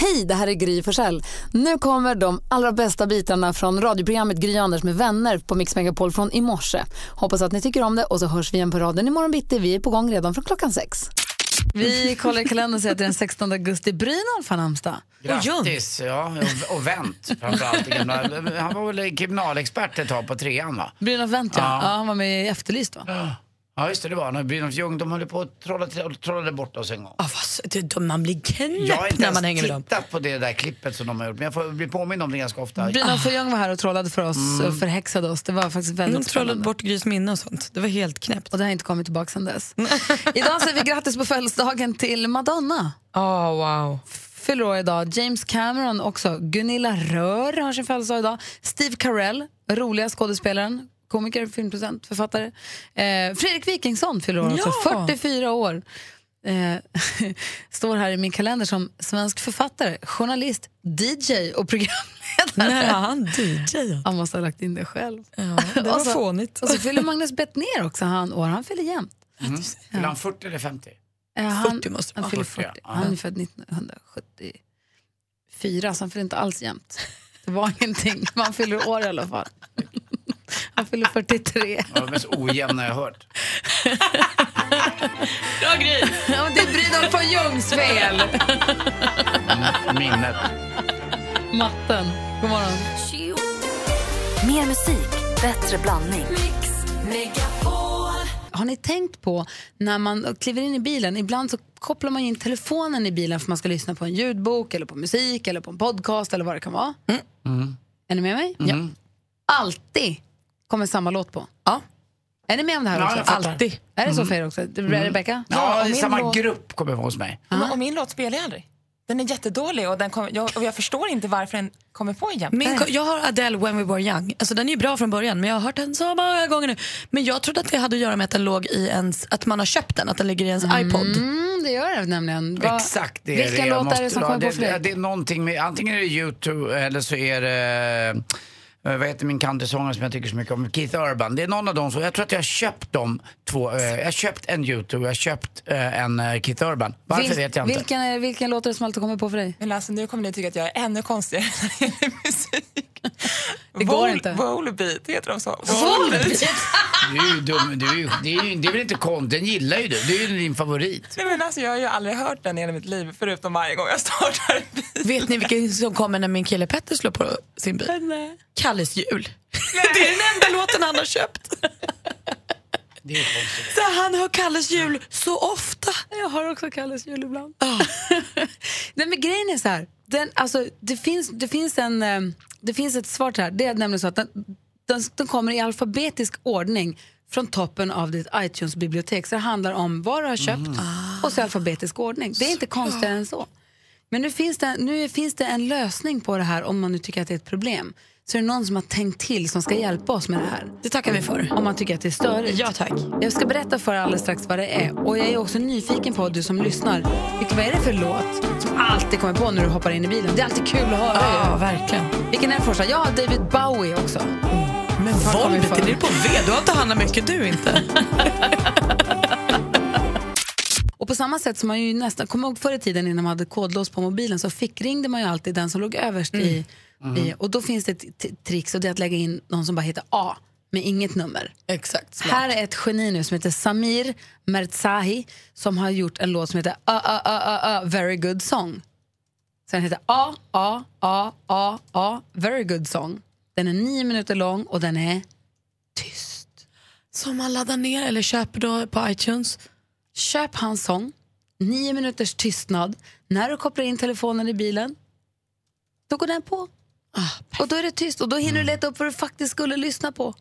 Hej, det här är Gry Forssell. Nu kommer de allra bästa bitarna från radioprogrammet Gry Anders med vänner på Mix Megapol från i morse. Hoppas att ni tycker om det och så hörs vi igen på raden imorgon bitti. Vi är på gång redan från klockan sex. Vi kollar i kalendern och ser att det är den 16 augusti. Brynolf har namnsdag. Grattis, ja, och, och vänt framförallt. i gamla- Han var väl kriminalexpert ett tag på trean va? Brynolf Wendt, ja. Ja. ja. Han var med i Efterlyst, va? Ja just det, det var han. Brynolf Ljung, de höll på att trolla, till- trollade bort oss en gång. Ah, vad s- det- de- man blir Jag har knäpp inte när ens man hänger med dem. tittat på det där klippet som de har gjort, men jag får bli påmind om det ganska ofta. Brynolf och Ljung var här och trollade för oss Mm. och förhäxade oss. Det var faktiskt väldigt De trollade spännande. Mm, bort Grys minne och sånt. Det var helt knäppt. Och det har inte kommit tillbaka sedan dess. Idag säger vi grattis på födelsedagen till Madonna. Ah wow. fyller år idag. James Cameron också. Gunilla Rör har sin födelsedag idag. Steve Carell, roliga skådespelaren, komiker, filmproducent, författare. Eh, Fredrik Wikingsson fyller år också, Ja. 44 år. Eh, står här i min kalender som svensk författare, journalist, DJ och programledare. När är han DJ? Han måste ha lagt in det själv. Ja, det var Och så- fånigt. Alltså, Och så fyller Magnus Bettner också han år. Han fyller jämt. Mm. Fyllde han 40 eller 50? Eh, han, 40 måste det han vara. fyller 40, 40. ja. Han är född 1974, så han fyller inte alls jämt. Det var ingenting. men han fyller år i alla fall. Han fyller 43. Det var det mest ojämna jag hört. Ja, men det är Brynolf von Ljungs fel! Minnet. Matten. God morgon. Mer musik, bättre blandning. Har ni tänkt på när man kliver in i bilen, ibland så kopplar man ju in telefonen i bilen för man ska lyssna på en ljudbok eller på musik eller på en podcast eller vad det kan vara. Mm. Är ni med mig? Ja. Alltid kommer samma låt på. Ja. Är ni med om det här Ja, också? jag fattar. Mm. Alltid. Är det så för er också? Det blir Rebecka? Ja, och i min samma låt- grupp kommer jag ihåg hos mig. Men, och min låt spelar jag aldrig. Den är jättedålig och, den kom, jag, och jag förstår inte varför den kommer på jämt. Min, ko- jag har Adele When We Were Young. Alltså, den är ju bra från början men jag har hört den så många gånger nu. Men jag trodde att det hade att göra med att, den låg i ens, att man har köpt den, att den ligger i ens iPod. Mm, det gör det nämligen. Vad- Exakt det Vilka är det. Jag låtar är det måste som dra. kommer på det, för dig? det, det är någonting med, antingen är det YouTube eller så är det, eh, vad heter min countrysångare som jag tycker så mycket om, Keith Urban. Det är någon av dem, som, jag tror att jag har köpt de två, eh, jag har köpt en YouTube och jag har köpt eh, en eh, Keith Urban. Varför Vil- vet jag inte. Vilken, är, vilken låt är det som alltid kommer på för dig? Men alltså, nu kommer ni tycka att jag är ännu konstigare när det gäller musik. Det går inte. Volbeat, heter de så? Du är ju dum, du är ju, det, är ju, det är väl inte konstigt, den gillar ju du. Det är ju din favorit. Nej, men alltså, jag har ju aldrig hört den i hela mitt liv förutom varje gång jag startar en bil. Vet ni vilken som kommer när min kille Petter slår på sin bil? Kalles jul. Det är den enda låten han har köpt. Det är ju konstigt. Så han hör Kalles jul så ofta. Jag har också Kalles jul ibland. Nej, men grejen är så här. Den, alltså, det, finns, det, finns en, eh, det finns ett svar till det här. Det är nämligen så att den, den, den kommer i alfabetisk ordning från toppen av ditt iTunes-bibliotek. Så det handlar om vad du har köpt och så i alfabetisk ordning. Det är inte konstigare än så. Men nu finns, det, nu finns det en lösning på det här om man nu tycker att det är ett problem. Så är det någon som har tänkt till som ska hjälpa oss med det här. Det tackar vi för. Om man tycker att det är störigt. Ja tack. Jag ska berätta för er alldeles strax vad det är. Och jag är också nyfiken på, du som lyssnar, vilken- vad är det för låt som alltid kommer på när du hoppar in i bilen? Det är alltid kul att höra Ja, ju. verkligen. Mm. Vilken är den första? Ja, David Bowie också. Men Volbeat, är det på V? Du har inte handlat mycket du inte. Och på samma sätt som man ju nästan, kom ihåg förr i tiden innan man hade kodlås på mobilen så fickringde man ju alltid den som låg överst i, Mm. i. Och då finns det ett t- trix och det är att lägga in någon som bara heter A med inget nummer. Exakt. Smart. Här är ett geni nu som heter Samir Merzahi som har gjort en låt som heter A, A, A, A, A, Very Good Song. Sen heter A, A, A, A, A, Very Good Song. Den är nio minuter lång och den är tyst. Som man laddar ner eller köper då på iTunes. Köp hans sång, nio minuters tystnad. När du kopplar in telefonen i bilen, då går den på. Ah, Och då är det tyst och då hinner du Mm. leta upp vad du faktiskt skulle lyssna på.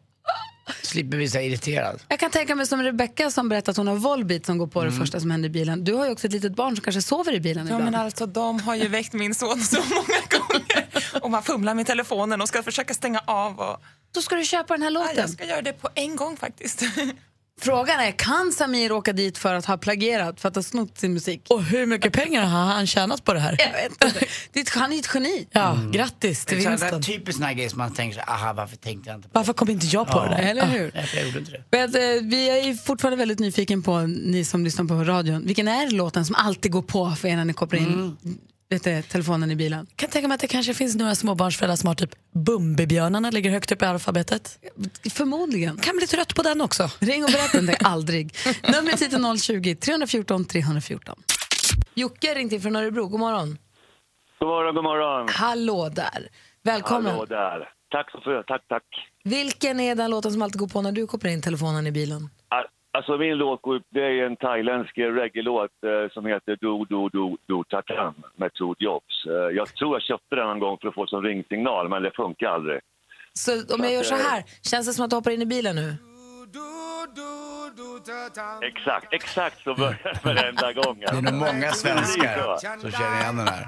Slipper bli så här irriterad. Jag kan tänka mig som Rebecca som berättade att hon har Volbeat som går på Mm. det första som händer i bilen. Du har ju också ett litet barn som kanske sover i bilen Ja, ibland. men alltså, de har ju väckt min son så många gånger. Och man fumlar med telefonen och ska försöka stänga av. Och... Ah, Då ska du köpa den här Ja, låten. jag ska göra det på en gång faktiskt. Frågan är, kan Samir åka dit för att ha plagierat, för att ha snott sin musik? Och hur mycket pengar har han tjänat på det här? Jag vet inte. Det är ett- Han är ett geni. Mm. Ja, grattis till Det är så här- det är vinsten. typiskt sån här grej som man tänker så här, aha varför tänkte jag inte på Varför kom inte jag på det där? Eller hur? det? Jag gjorde inte det. Men, eh, vi är ju fortfarande väldigt nyfiken på, ni som lyssnar på radion, vilken är låten som alltid går på för er när ni kopplar in vet du, telefonen i bilen? Mm. kan tänka mig att det kanske finns några småbarnsföräldrar som har typ Bumbibjörnarna ligger högt upp i alfabetet. Förmodligen. Kan bli trött på den också. Ring och berätta inte, aldrig. Numret hit är 020-314 314. Jocke har ringt in från Örebro, god morgon. God morgon, god morgon. Hallå där. Välkommen. Hallå där. Tack så mycket. Tack, tack. Vilken är den låten som alltid går på när du kopplar in telefonen i bilen? Al- Alltså min låt går upp, det är en thailändsk reggae-låt eh, som heter Do Do Do Do Takam med Tord Jobs. Eh, jag tror jag köpte den en gång för att få som ringsignal, men det funkar aldrig. Så om jag gör så här, känns det som att du hoppar in i bilen nu? Exakt, exakt så börjar det varenda gång. Det är nog många svenskar Precis, va? som känner igen den här.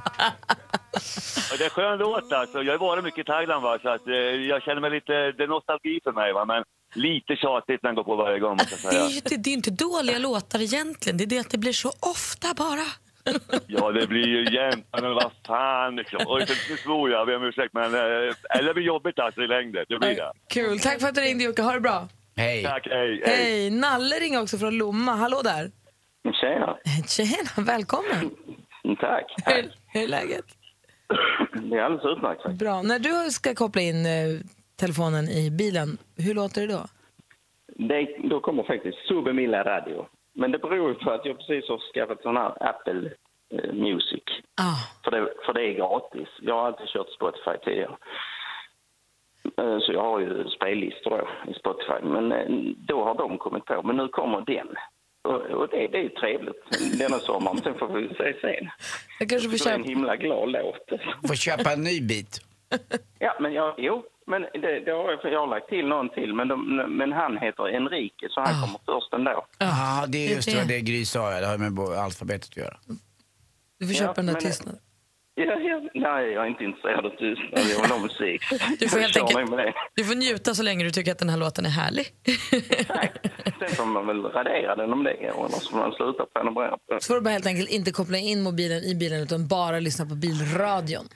Och det är en skön låt Mm. alltså. Jag har varit mycket i Thailand va, så att, eh, jag känner mig lite, det är nostalgi för mig va, men lite tjatigt när den går på varje gång måste jag Det är säga. ju det, det är ju inte dåliga låtar egentligen, det är det att det blir så ofta bara. Ja, det blir ju jämnt. Men vad fan liksom. Oj, nu svor jag, jag ber om ursäkt. Men eh, det blir jobbigt alltså i längden. Det blir det. Kul, tack för att du ringde Jocke, ha det bra. Hej. Tack, hej, hej. Hej, Nalle ringer också från Lomma, hallå där. Tjena. Tjena, välkommen. Tack. Hur, hur är läget? Det är alldeles utmärkt faktiskt. Bra, när du ska koppla in eh, telefonen i bilen, hur låter det då? Det, då kommer faktiskt Sube Milla Radio. Men det beror ju på att jag precis har skaffat sån här Apple eh, Music. Ah, För det, för det är gratis. Jag har alltid kört Spotify tidigare. Eh, Så jag har ju spellistor då i Spotify. Men eh, då har de kommit på. Men nu kommer den. Och, och det, det är ju trevligt denna sommaren. Sen får vi se sen. jag kanske får Det är en köpa. himla glad låt. Får köpa en ny bit. Ja, men jag, jo, men det, det har jag, för jag har lagt till någon till. Men, de, men han heter Enrique, så Ah. han kommer först ändå. Ja, det är just det. det, det Gry sa, ja. det har ju med bo- alfabetet att göra. Du får köpa Ja, den där men- tystnaden. Ja, ja, nej, jag är inte intresserad av tystnad. Jag vill ha musik. Du får Jag helt kör enkelt- mig Med det. Du får njuta så länge du tycker att den här låten är härlig. Nej, Sen får man väl radera den om det går, eller så får man sluta prenumerera på den. Så får du bara helt enkelt inte koppla in mobilen i bilen utan bara lyssna på bilradion.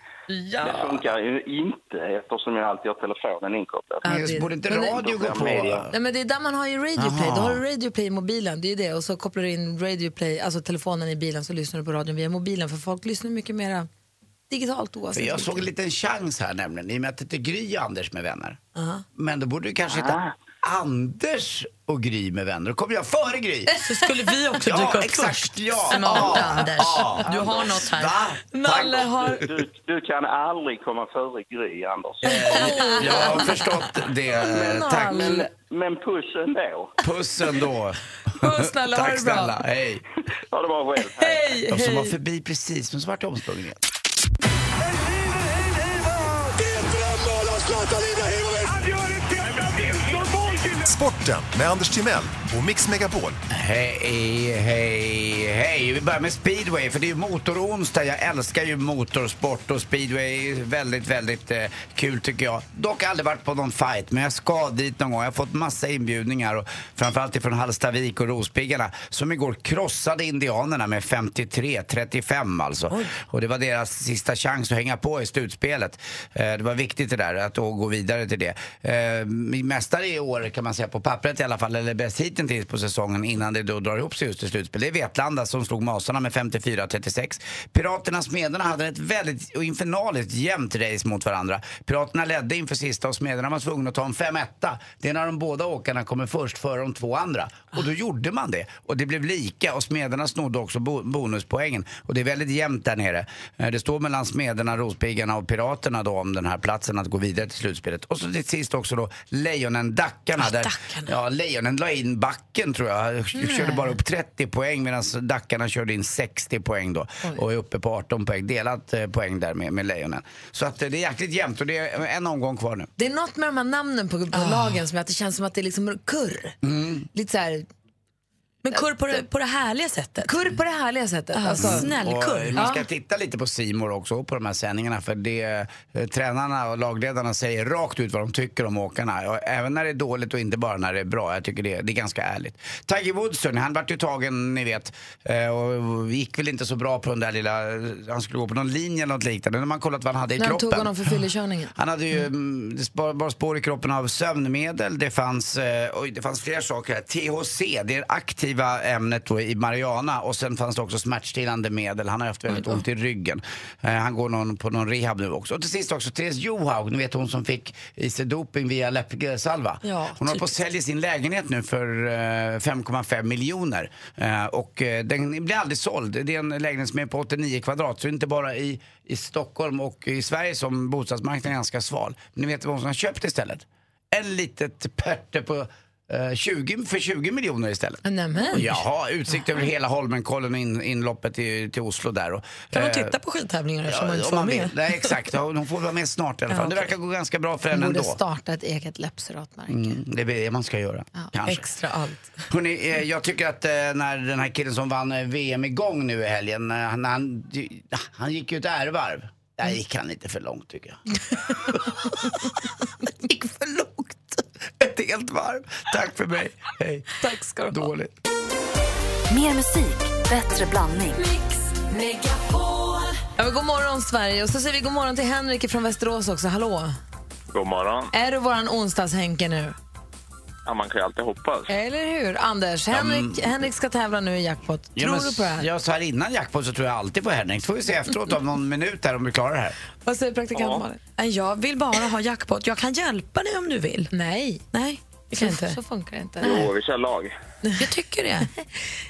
Det funkar ju inte eftersom jag alltid har telefonen inkopplad. Ja, Men just det- borde inte men det- radio gå på? Media. Nej, men det är där man har ju Radio Play. Då har du Radio Play i mobilen, det är ju det. Och så kopplar du in Radio Play, alltså telefonen i bilen, så lyssnar du på radion via mobilen. För folk lyssnar mycket mer digitalt För oavsett. jag såg en liten chans här nämligen, i och med att det inte är Gry och Anders med vänner. Men då borde du kanske heta Anders och Gry med vänner. Då kommer jag före Gry. Så skulle vi också dyka Ja, upp först. exakt. Ja. Smart Ja, Anders. ja. Du har något här. Va? Nalle har... Du, du kan aldrig komma före Gry, Anders. Eh, Eh, Jag har förstått det. eh, Tack. Men, men puss ändå. Puss ändå. Puss, snälla, ha Tack det bra. snälla. Hej. Ha det bra själv. Hej, De som var hej. förbi precis, men så vart jag omsprungen igen. Sporten med Anders Timell och Mix Megapol. Hej, hej, hej. Vi börjar med speedway, för det är ju motoronsdag. Jag älskar ju motorsport och speedway är väldigt, väldigt eh, kul tycker jag. Dock aldrig varit på någon fight, men jag ska dit någon gång. Jag har fått massa inbjudningar, och framförallt ifrån Hallstavik och Rospiggarna som igår krossade Indianerna med 53-35 alltså. Och det var deras sista chans att hänga på i slutspelet. Eh, det var viktigt det där, att då gå vidare till det. Eh, min mästare i år kan man säga på pappret i alla fall, eller bäst hittills på säsongen innan det då drar ihop sig just i slutspel. Det är Vetlanda som slog Masarna med 54-36. Piraterna och Smederna hade ett väldigt och infernaliskt jämnt race mot varandra. Piraterna ledde inför sista och Smederna var tvungna att ta en 5 Det är när de båda åkarna kommer först före de två andra. Och då gjorde man det. Och det blev lika och Smederna snodde också bo- bonuspoängen. Och det är väldigt jämnt där nere. Eh, Det står mellan Smederna, Rospiggarna och Piraterna då om den här platsen att gå vidare till slutspelet. Och så till sist också då Lejonen, Dackarna. där, Dackarna. Ja, Lejonen la in backen tror jag. Körde bara upp 30 poäng medan Dackarna körde in 60 poäng då. Och är uppe på 18 poäng. Delat eh, poäng där med, med Lejonen. Så att eh, det är jäkligt jämnt och det är en omgång kvar nu. Det är något Ah. Mm. med de här namnen på, på lagen som gör att det känns som att det är liksom kurr. Lite så här Men kurr på, det- på det härliga sättet. Kurr på det härliga sättet. Alltså. Snällkurr. Och man ska titta lite på Simor också och på de här sändningarna för det eh, tränarna och lagledarna säger rakt ut vad de tycker om åkarna. Och även när det är dåligt och inte bara när det är bra. Jag tycker det, det är ganska ärligt. Tiger Woods hörni, han vart ju tagen ni vet eh, och gick väl inte så bra på den där lilla, eh, han skulle gå på någon linje eller något liknande. När man kollat vad han hade i När han kroppen. tog honom för fyllekörningen. Han hade ju mm. det sp- bara spår i kroppen av sömnmedel. Det fanns, eh, oj, det fanns flera saker här. THC, det är det aktiva ämnet då i Mariana. Och sen fanns det också smärtstillande medel. Han har haft väldigt ont i ryggen. Eh, han går någon, på någon rehab nu också. Och till sist också Therese Johaug, ni vet hon som fick i sig doping via läppsalva. Ja, hon håller på att sälja sin lägenhet nu för eh, 5,5 miljoner. Eh, Och eh, den blir aldrig såld. Det är en lägenhet som är på 89 kvadrat. Så det är inte bara i, i Stockholm och i Sverige som bostadsmarknaden är ganska sval. Men ni vet vad som har köpt istället? En litet pärte på eh, 20, för 20 miljoner istället. Nämen. Och Jaha, utsikt över hela Holmenkollen och in, inloppet till, till Oslo där. Och, Kan hon eh, titta på skidtävlingar eftersom hon Ja, inte om får man vara vill. med? Nej, exakt. Ja, Hon får vara med snart i alla Ja, fall. Det okej. verkar gå ganska bra för Hon henne borde ändå. starta ett eget läppseratmärke. Mm, det är det man ska göra. kanske. Extra allt. Hörrni, eh, jag tycker att eh, när den här killen som vann eh, VM igång nu i helgen, eh, han, han, han gick ju ett ärevarv. Där Mm. gick han lite för långt tycker jag. gick för långt. Ett helt varv. Tack för mig. Hej. Tack ska du ha. Dåligt. Mer musik, bättre blandning. Ja, men god morgon, Sverige. Och så säger vi god morgon till Henrik från Västerås också. Hallå! God morgon. Är du våran onsdags-Henke nu? Ja, man kan ju alltid hoppas. Eller hur? Anders, Henrik, Mm. Henrik ska tävla nu i jackpot. Ja, Tror men du på det här? Jag sa här innan jackpot så tror jag alltid på Henrik. Får vi se efteråt om någon minut här om vi klarar det här. Vad säger praktikant Malin? Nej, Jag vill bara ha jackpot. Jag kan hjälpa dig om du vill. Nej. Nej, det kan jag inte. Så funkar det inte. Jo, vi kör lag. Jag tycker det.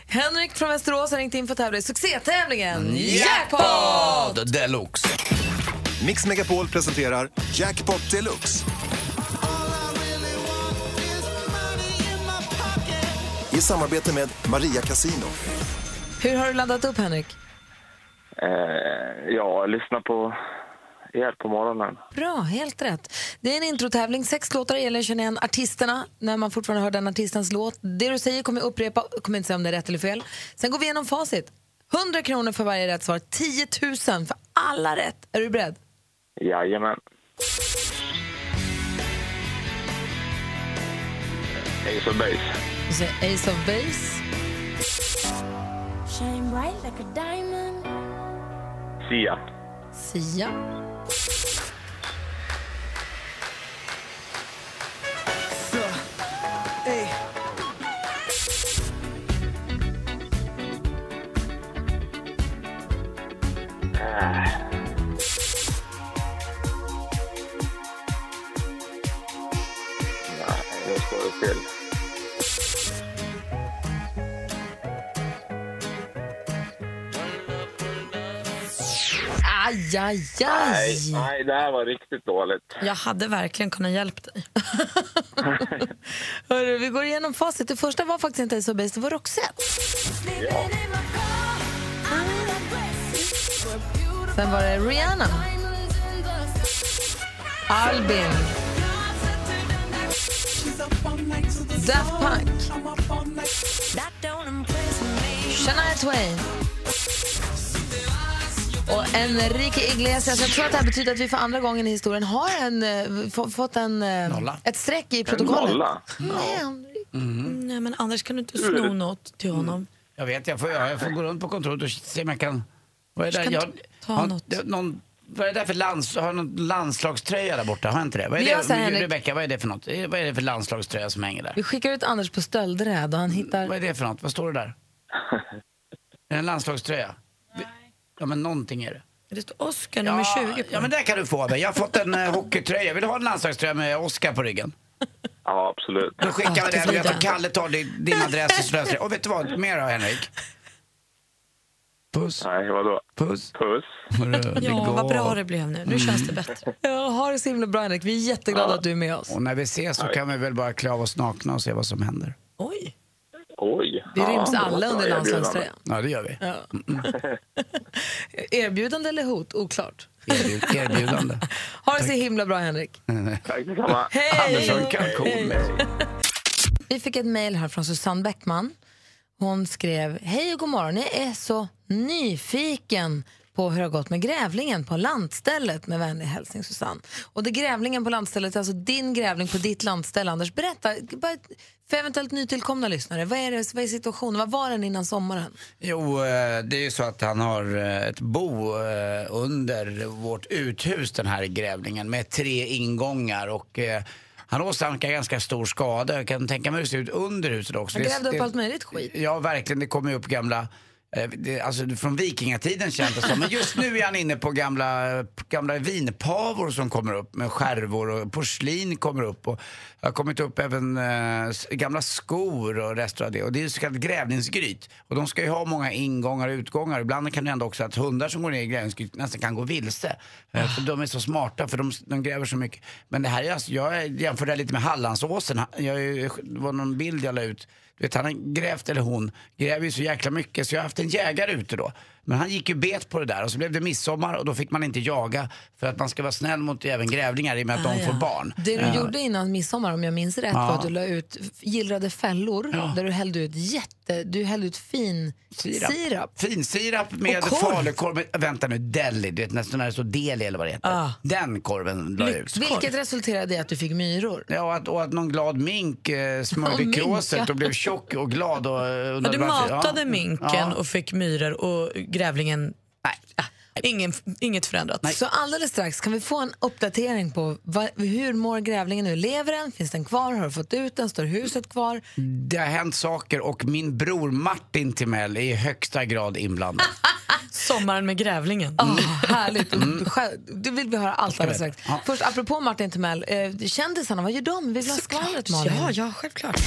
Henrik från Västerås har ringt in för att tävla i succétävlingen Jackpot! Mm. Jackpot deluxe. Mix Megapol presenterar Jackpot Deluxe. I samarbete med Maria Casino. Hur har du laddat upp, Henrik? Eh, ja, lyssna på er på morgonen. Bra, helt rätt. Det är en introtävling. Sex låtar gäller att känna igen artisterna när man fortfarande hör den artistens låt. Det du säger kommer jag upprepa, jag kommer inte säga om det är rätt eller fel. Sen går vi igenom facit. 100 kronor för varje rätt svar, 10 000 för alla rätt. Är du beredd? Jajamän. Ace of Base. Du säger Ace of Base. Shine bright like a diamond. Sia. Sia. Eh, Nej, nu står det till. Aj, aj, Nej, aj. nej, det här var riktigt dåligt. Jag hade verkligen kunnat hjälpa dig. Hörru, vi går igenom facit. Det första var faktiskt inte Ace of Base, det var Roxette. Ja. Sen var det Rihanna. Albin. Daft Punk. Shania Twain. Och Enrique Iglesias. Jag tror att det här betyder att vi för andra gången i historien har en, eh, få- fått en, eh, Nolla. ett streck i protokollet. nolla? Nej, Nej, men Anders kan du inte sno något till Mm. honom? Jag vet, jag får, jag får gå runt på kontoret och se om jag kan... Vad är det? Ska Jag, inte ta har, något. det- Någon, vad är det där för lands, har jag någon landslagströja där borta? Har jag inte det? Vad är Vi det? gör så här, Men, Henrik. Rebecka, vad är det för något? Eh, Vad är det för landslagströja som hänger där? Vi skickar ut Anders på stöldräd och han hittar... Vad är det för något? Vad står det där? är det en landslagströja? Vi- Ja, men någonting är det. Det står Oscar nummer 20 på Ja, men där kan du få mig. Jag har fått en eh, hockeytröja. Vill du ha en landslagströja med Oscar på ryggen? Ja, absolut. Då skickar vi den. Jag tror Kalle tar din, din adress och så löser det. Och vet du vad? Mer då, Henrik? Puss. Nej, vadå? Puss. Puss. Ja, vad bra det blev nu. Nu känns det bättre. Mm. Ja, ha det så himla bra, Henrik. Vi är jätteglada att du är med oss. Och när vi ses så kan vi väl bara klä av oss nakna och se vad som händer. Oj. Oj. Vi ryms alla under landslagströjan. Ja, det gör vi. Ja. Erbjudande eller hot? Oklart. Erbjud, erbjudande. Ha det så himla bra, Henrik. Tack detsamma. Hej! Andersson Cancun. Vi fick ett mejl här från Susanne Bäckman. Hon skrev, hej och god morgon, jag är så nyfiken på hur det har gått med grävlingen på lantstället med vänlig hälsning Susanne. Och det grävlingen på lantstället, alltså din grävling på ditt lantställe Anders, berätta bara för eventuellt nytillkomna lyssnare, vad är, det, vad är situationen, vad var den innan sommaren? Jo, eh, det är ju så att han har eh, ett bo eh, under vårt uthus, den här grävlingen, med tre ingångar. Och eh, han åsamkar ganska stor skada. Jag kan tänka mig hur det ser ut under huset också. Han Det- grävde upp det- allt möjligt skit. Ja, verkligen. Det kommer ju upp gamla eh, det, alltså från vikingatiden känns det som. Men just nu är han inne på gamla, gamla vinpavor som kommer upp med skärvor och porslin kommer upp. Och det har kommit upp även eh, s- gamla skor och rester av det. Och det är ju så kallat grävlingsgryt. Och de ska ju ha många ingångar och utgångar. Ibland kan det hända också att hundar som går ner i grävlingsgryt nästan kan gå vilse. Eh, För de är så smarta för de, de gräver så mycket. Men det här är alltså, jag jämför det här lite med Hallandsåsen. Jag, är ju- det var någon bild jag la ut. Du vet, han har grävt, eller hon, gräver ju så jäkla mycket så jag har haft en jägare ute då. Men han gick ju bet på det där och så blev det midsommar och då fick man inte jaga för att man ska vara snäll mot även grävlingar i och med att Ah, de ja. får barn. Det du Eh, gjorde innan midsommar, om jag minns rätt, Ja. var att du la ut gillrade fällor där du hällde ut jätte... Du hällde ut fin sirap. Finsirap med Och korv. falukorv. med- Vänta nu, deli, du vet nästan när det står deli eller vad det heter. Ah. Den korven la jag ut. Vilket resulterade i att du fick myror. Ja, och att, och att någon glad mink eh, Och smörjde mink, kråset ja. och blev tjock och glad. Och, eh, Ja, undrade du varför. matade Ja. minken Ja. och fick myror och grävlingen... Nej. Ingen, inget förändrat. Så alldeles strax kan vi få en uppdatering på vad, hur mår grävlingen nu? Lever den? Finns den kvar? Har du fått ut den? Står huset kvar? Det har hänt saker och min bror Martin Timell är i högsta grad inblandad. Sommaren med grävlingen. Ah, härligt. Mm. Mm. Själv- Det vill vi höra allt alldeles strax. Först, apropå Martin Timell, eh, kändisarna, vad gör de? Vi vill ha skvallret, Malin. Ja, ja, självklart.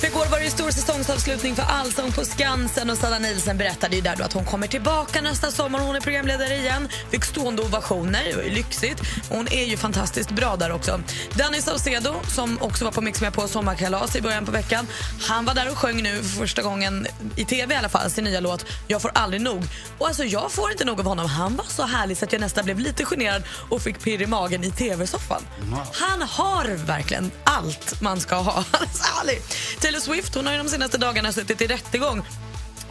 För igår var det ju stor säsongsavslutning för Allsång på Skansen och Sanna Nielsen berättade ju där då att hon kommer tillbaka nästa sommar. Hon är programledare igen. Fick stående ovationer. Det var ju lyxigt. Hon är ju fantastiskt bra där också. Danny Saucedo, som också var på Mix med på sommarkalas i början på veckan, han var där och sjöng nu för första gången i tv i alla fall, sin nya låt Jag får aldrig nog. Och alltså jag får inte nog av honom. Han var så härlig så att jag nästan blev lite generad och fick pirr i magen i tv-soffan. Han har verkligen allt man ska ha. Han är så härlig. Taylor Swift hon har ju de senaste dagarna suttit i rättegång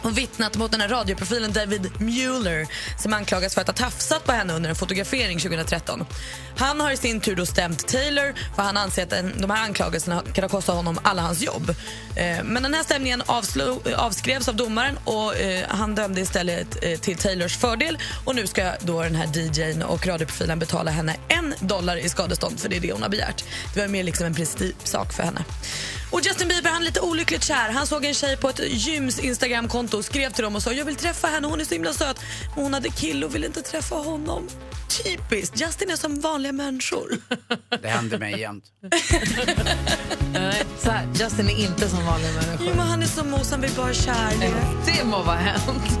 och vittnat mot den här radioprofilen David Mueller som anklagas för att ha tafsat på henne under en fotografering 2013. Han har i sin tur då stämt Taylor för han anser att den- de här anklagelserna kan ha kostat honom alla hans jobb. Eh, Men den här stämningen avslo- avskrevs av domaren och eh, han dömde istället eh, till Taylors fördel och nu ska då den här DJn och radioprofilen betala henne en dollar i skadestånd för det är det hon har begärt. Det var mer liksom en principsak för henne. Och Justin Bieber han är lite olyckligt kär. Han såg en tjej på ett gyms Instagramkonto och skrev till dem och sa jag vill träffa henne, hon är så himla söt. Men hon hade kille och ville inte träffa honom. Typiskt, Justin är som vanliga människor. Det händer mig jämt. Så här, Justin är inte som vanliga människor. Jo, men han är som Mos, han vill bara ha Mm. kärlek. Det må vara hänt.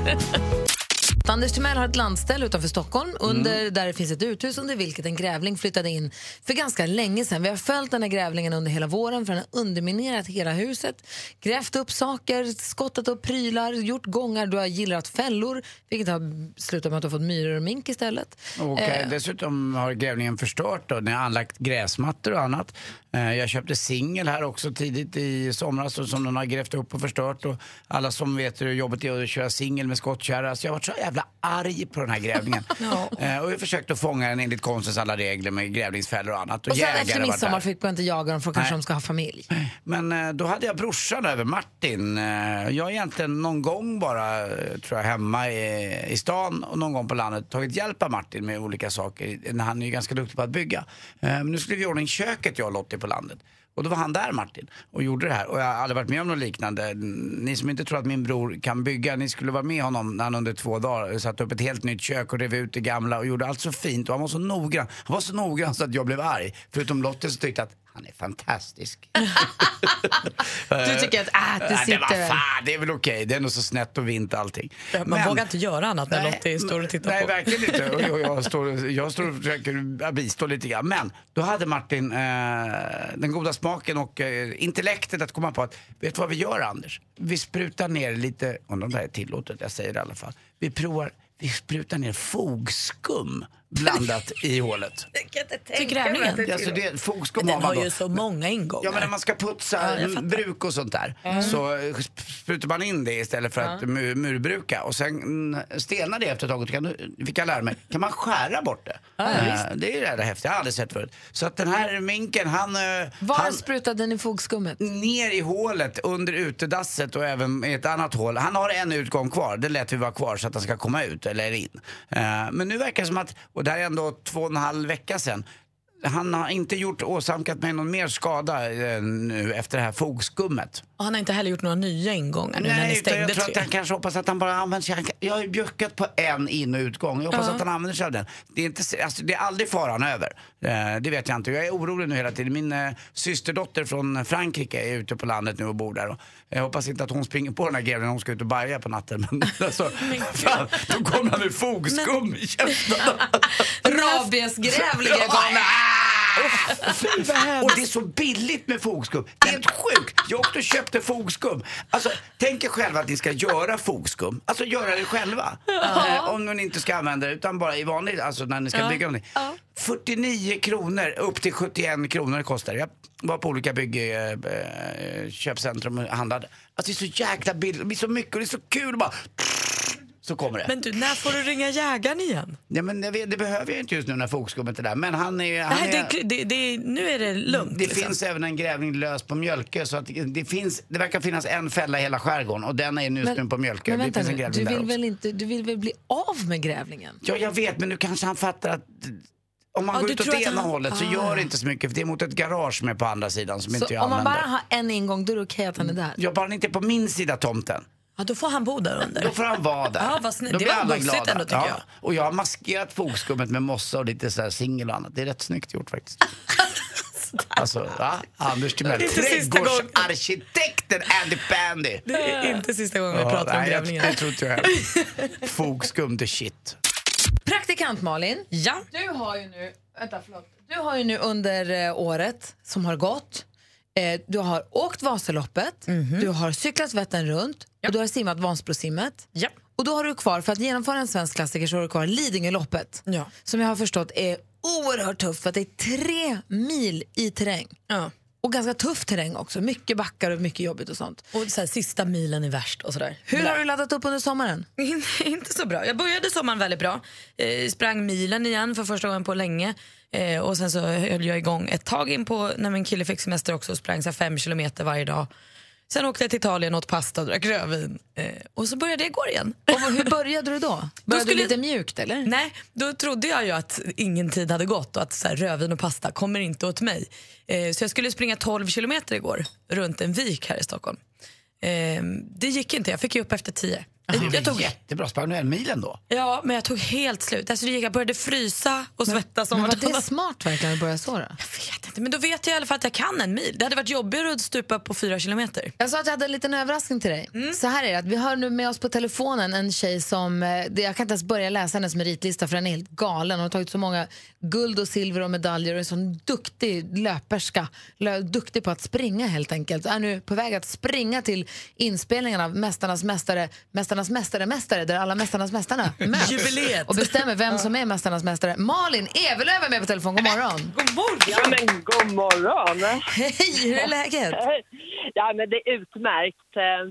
Anders Timell har ett landställe utanför Stockholm under, där det finns ett uthus under vilket en grävling flyttade in för ganska länge sedan. Vi har följt den här grävlingen under hela våren för den har underminerat hela huset. Grävt upp saker, skottat upp prylar, gjort gångar, du har gillrat fällor vilket har slutat med att du har fått myror och mink istället. Och Eh, eh, dessutom har grävlingen förstört då. Ni har anlagt gräsmattor och annat. Eh, jag köpte singel här också tidigt i somras och som de har grävt upp och förstört. Och alla som vet hur jobbet är att köra singel med skottkärra. Så jag har varit så jävla arg på den här grävlingen. eh, och jag försökte fånga den enligt konstens alla regler med grävlingsfällor och annat. och sen jägare efter har varit midsommar där. fick man inte jaga dem för kanske Nej. de ska ha familj. Men eh, då hade jag brorsan över, Martin. Eh, Jag är egentligen någon gång bara, eh, tror jag, hemma i, i stan och någon gång på landet tagit hjälp av Martin med olika saker. Eh, Han är ju ganska duktig på att bygga. Eh, Men nu skulle vi ordna in köket, jag och Lottie, på landet. Och då var han där, Martin, och gjorde det här. Och jag har aldrig varit med om något liknande. Ni som inte tror att min bror kan bygga, ni skulle vara med honom när han under två dagar satte upp ett helt nytt kök och rev ut det gamla och gjorde allt så fint. Och han var så noggrann. Han var så noggrann så att jag blev arg. Förutom Lottie som tyckte att han är fantastisk. Du tycker att, ah, det Ja, sitter Eh, det, var väl. fan, det är väl okej, det är nog så snett och vint allting. Man vågar inte göra annat när Lottie står och tittar Mm. nej, på. Nej, verkligen inte. Och jag, jag, står, jag står och försöker bistå lite grann. Men då hade Martin eh, den goda smaken och eh, intellektet att komma på att, vet du vad vi gör Anders? Vi sprutar ner lite, undrar om det här är tillåtet, jag säger det i alla fall. Vi provar, vi sprutar ner fogskum blandat i hålet. Till grävlingen? Alltså det, fogskåp Men den man har då. ju så många ingångar. Ja men när man ska putsa Ja, jag fattar. bruk och sånt där Mm. så eh, sp- sprutar man in det istället för att Ja. mur, murbruka och sen mm, stelnar det efter ett tag och då kan, du- fick jag lära mig, kan man skära bort det? Ja, Eh, visst. det är ju jävla häftigt, jag har aldrig sett förut. Så att den här minken han... eh, Var han sprutade ni fogskummet? ner i hålet under utedasset och även i ett annat hål. Han har en utgång kvar, det lät vi vara kvar så att han ska komma ut eller in. Eh, men nu verkar det som att, och det här är ändå två och en halv vecka sedan, han har inte gjort åsamkat mig någon mer skada eh, nu efter det här fogskummet. Och han har inte heller gjort några nya ingångar nu när ni utan stängde jag tror att tre. han kanske hoppas att han bara använder sig. Han, jag har ju bjuckat på en in och utgång. Jag hoppas Ja. att han använder sig av den. Det är, inte, alltså, det är aldrig faran över. Eh, det vet jag inte. Jag är orolig nu hela tiden. Min eh, systerdotter från Frankrike är ute på landet nu och bor där. Och jag hoppas inte att hon springer på den här greven när hon ska ut och baja på natten. Men alltså, fan, då kommer han med fogskum i käften. Rabiesgrävlingar kommer. Ah! Fy, vad hemskt. Och det är så billigt med fogskum. Det är helt sjukt. Jag åkte och köpte fogskum. Alltså, tänk er själva att ni ska göra fogskum. Alltså göra det själva. Ja. Eh, om ni inte ska använda det utan bara i vanlig, alltså när ni ska Ja. bygga någonting. 49 kronor, upp till 71 kronor kostar det. Jag var på olika byggköpcentrum och handlade. Alltså det är så jäkla billigt, det blir så mycket och det är så kul bara. Så kommer det. Men du, när får du ringa jägaren igen? Nej, men jag vet, det behöver jag inte just nu när fogskummet är där. Men han är... Han Nej, är det, det, det, nu är det lugnt. det liksom. finns även en grävling lös på Mjölke så att det, finns, det verkar finnas en fälla i hela skärgården och den är nu men, på Mjölke. men det vänta finns en nu, du grävling där vill, också. väl inte, du vill väl bli av med grävlingen? Ja, jag vet men nu kanske han fattar att om man Ja, går du ut åt tror ena att han- hållet så Ah. gör det inte så mycket för det är mot ett garage som är på andra sidan som inte Så jag Mm. om man använder. bara har en ingång, då är det okej att han är där? Ja, bara han inte är på min sida tomten. Ja, då får han bo där under. Då får han vara där. Ja, vad snällt. Då Det blir var alla bussigt glada. ändå, tycker jag. Och jag har maskerat fogskummet med mossa och lite så här singel och annat. Det är rätt snyggt gjort faktiskt. alltså, ja, Anders Timell. Det är inte sista gången. Trädgårdsarkitekten Andy Pandy. Det är inte sista gången vi Ja, pratar om nej, jag- grävlingen. Det tror inte jag heller. Fogskum, the shit. Praktikant Malin, ja. du, har ju nu, vänta, förlåt. du har ju nu under eh, året som har gått, eh, du har åkt Vasaloppet, Mhm. du har cyklat Vättern runt och du har simmat Vansbrosimmet. Och då har du kvar, för att genomföra en svensk klassiker så har du kvar Lidingöloppet. Som jag har förstått är oerhört tufft för att det är tre mil i terräng. Och ganska tuff terräng också, mycket backar och mycket jobbigt och sånt. Och så här, sista milen är värst och sådär. Hur har du laddat upp under sommaren? inte så bra. Jag började sommaren väldigt bra. Eh, sprang milen igen för första gången på länge. Eh, och sen så höll jag igång ett tag in på när min kille fick semester också och sprang så här fem kilometer varje dag. Sen åkte jag till Italien och åt pasta och drack rödvin. Eh, och så började det gå igen. Och hur började du då? Började du lite mjukt eller? Nej, då trodde jag ju att ingen tid hade gått och att så här, rödvin och pasta kommer inte åt mig. Eh, så jag skulle springa 12 kilometer igår runt en vik här i Stockholm. Eh, det gick inte, jag fick ju upp efter 10. Det är Jag, jag väl tog jättebra. Sprang du en mil ändå? Ja, men jag tog helt slut. Alltså, det gick, jag började frysa och svettas om Men var det vartannat. smart verkligen att börja så då? Men då vet jag i alla fall att jag kan en mil. Det hade varit jobbigare att stupa på fyra kilometer. Jag sa att jag hade en liten överraskning till dig. Mm. Så här är det, att vi har nu med oss på telefonen en tjej som, eh, det- jag kan inte ens börja läsa hennes meritlista för den är helt galen. Hon har tagit så många guld och silver och medaljer och är en sån duktig löperska. Lö, duktig på att springa helt enkelt. Är nu på väg att springa till inspelningen av Mästarnas mästare, Mästarnas mästare, mästare där alla Mästarnas mästarna möts. Jubileet. Och bestämmer vem som är Mästarnas mästare. Malin Evelöv är med på telefon, god morgon. God morgon! Ja, men god morgon! Hej, hur är läget? Ja, men det är utmärkt. Eh,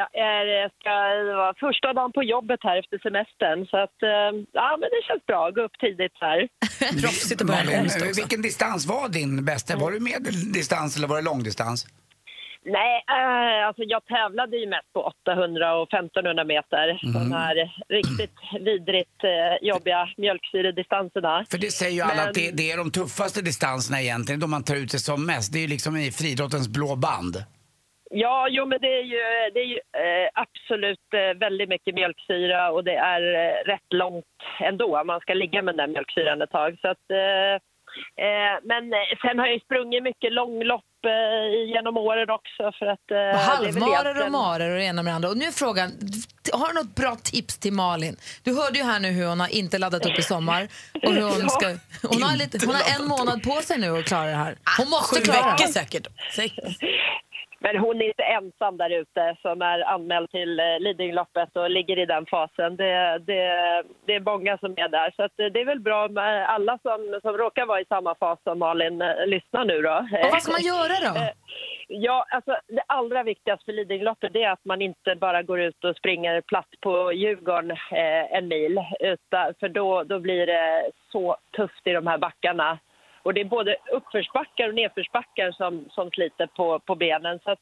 Jag är, ska vara första dagen på jobbet här efter semestern, så att, eh, ja, men det känns bra. Gå upp tidigt här. Proffsigt att börja en onsdag också. eh, Vilken distans var din bästa? Var det medeldistans eller var det långdistans? Nej, eh, alltså jag tävlade ju mest på 800 och 1500 meter. De här riktigt vidrigt eh, jobbiga mjölksyredistanserna. För det säger ju alla att det, det är de tuffaste distanserna egentligen, de man tar ut sig som mest. Det är ju liksom i friidrottens blå band. Ja, jo, men det är ju, det är ju eh, absolut eh, väldigt mycket mjölksyra och det är eh, rätt långt ändå. Man ska ligga med den där mjölksyran ett tag. Så att, eh, eh, men eh, sen har jag ju sprungit mycket långlopp eh, genom åren också. För att, eh, Och det är halvmarer väl och egentligen- marer och det ena med det andra. Och nu är frågan, har du något bra tips till Malin? Du hörde ju här nu hur hon har inte laddat upp i sommar. Och hur hon, Ja. ska, hon, har, lite, hon har en månad på sig nu att klara det här. Hon måste Sju klara veckor det. Eh, säkert. Säkert. Men hon är inte ensam där ute som är anmäld till eh, Lidingöloppet och ligger i den fasen. Det, det, det är många som är där. Så att eh, det är väl bra om eh, alla som, som råkar vara i samma fas som Malin eh, lyssnar nu då. Och vad ska man göra då? Eh, Ja, alltså det allra viktigaste för Lidingöloppet det är att man inte bara går ut och springer platt på Djurgården eh, en mil. Utan, för då, då blir det så tufft i de här backarna. Och det är både uppförsbackar och nedförsbackar som, som sliter på, på benen. Så att,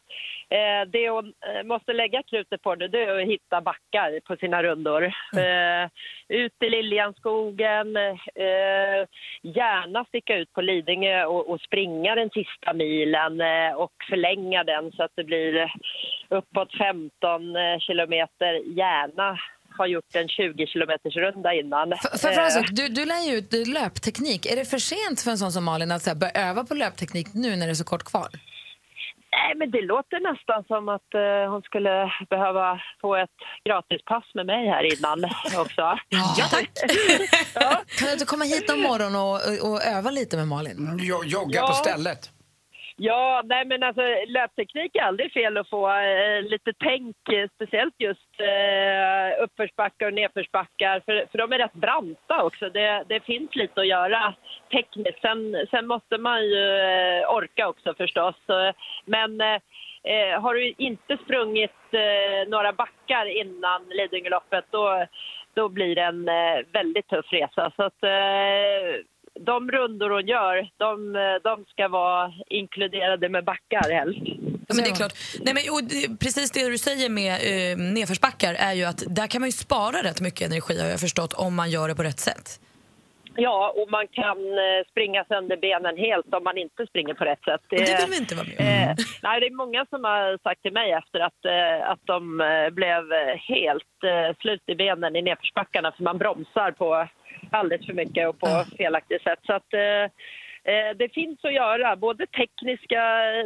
eh, det hon eh, måste lägga krutet på nu det är att hitta backar på sina rundor. Eh, ut i Liljanskogen, eh, gärna sticka ut på Lidingö och, och springa den sista milen eh, och förlänga den så att det blir uppåt 15 eh, kilometer, gärna ha gjort en 20 kilometers runda innan. För Eh, Francis, du, du lär ju ut löpteknik. Är det för sent för en sån som Malin att så här, börja öva på löpteknik nu när det är så kort kvar? Nej, men det låter nästan som att eh, hon skulle behöva få ett gratispass med mig här innan också. Ja, tack! Kan du inte komma hit någon morgon och, och, och öva lite med Malin? Mm. jogga på Ja. stället. Ja, nej men alltså löpteknik är aldrig fel att få eh, lite tänk, eh, speciellt just eh, uppförsbackar och nedförsbackar, för, för de är rätt branta också. Det, det finns lite att göra tekniskt. Sen, sen måste man ju eh, orka också förstås. Så, Men eh, eh, har du inte sprungit eh, några backar innan Lidingöloppet, då, då blir det en eh, väldigt tuff resa. Så att, eh, de rundor hon gör, de, eh, de ska vara inkluderade med backar helst. Ja, men det är klart. Nej, men, och, det- precis det du säger med eh, nedförsbackar är ju att där kan man ju spara rätt mycket energi har jag förstått om man gör det på rätt sätt. Ja, och man kan eh, springa sönder benen helt om man inte springer på rätt sätt. Och det vill vi inte vara med om. Eh, nej, det är många som har sagt till mig efter att, eh, att de eh, blev eh, helt eh, slut i benen i nedförsbackarna för man bromsar på alldeles för mycket och på felaktigt sätt. Så att, eh, eh, det finns att göra, både tekniska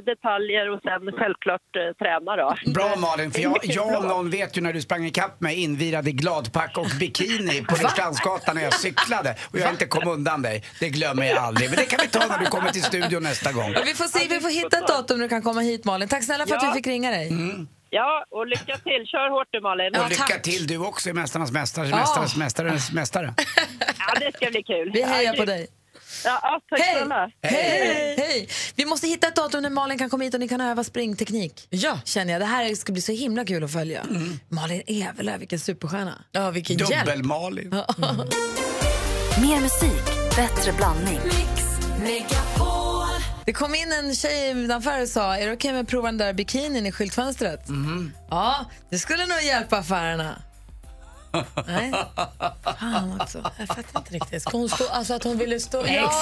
detaljer och sen självklart eh, träna. Då. Bra Malin, för jag, jag om någon vet ju när du sprang ikapp mig invirad i gladpack och bikini på Rikstansgatan när jag cyklade och jag inte kom undan dig. Det glömmer jag aldrig. Men det kan vi ta när du kommer till studion nästa gång. Ja, vi får se, vi får hitta ett datum när du kan komma hit Malin. Tack snälla för att vi fick ringa dig. Ja, och lycka till. Kör hårt du, Malin. Och lycka till du också i Mästarnas mästare, Ja. Mästarnas mästares mästare. Ja, det ska bli kul. Vi hejar Ja, på grymt. dig. Ja, ja, tack Hej! snälla. Hej! Hej! Vi måste hitta ett datum när Malin kan komma hit och ni kan öva springteknik. Ja. Mm. Känner jag. Det här ska bli så himla kul att följa. Malin Evelöv, vilken superstjärna. Ja, vilken Dubbel-Malin. Mer musik, bättre blandning. Det kom in en tjej utanför och sa, är det okej med att prova den där bikinin i skyltfönstret? Ja, det skulle nog hjälpa affärerna. Nej. Fan också. Jag fattar inte riktigt. Ska hon stå, alltså att hon ville stå... Exakt!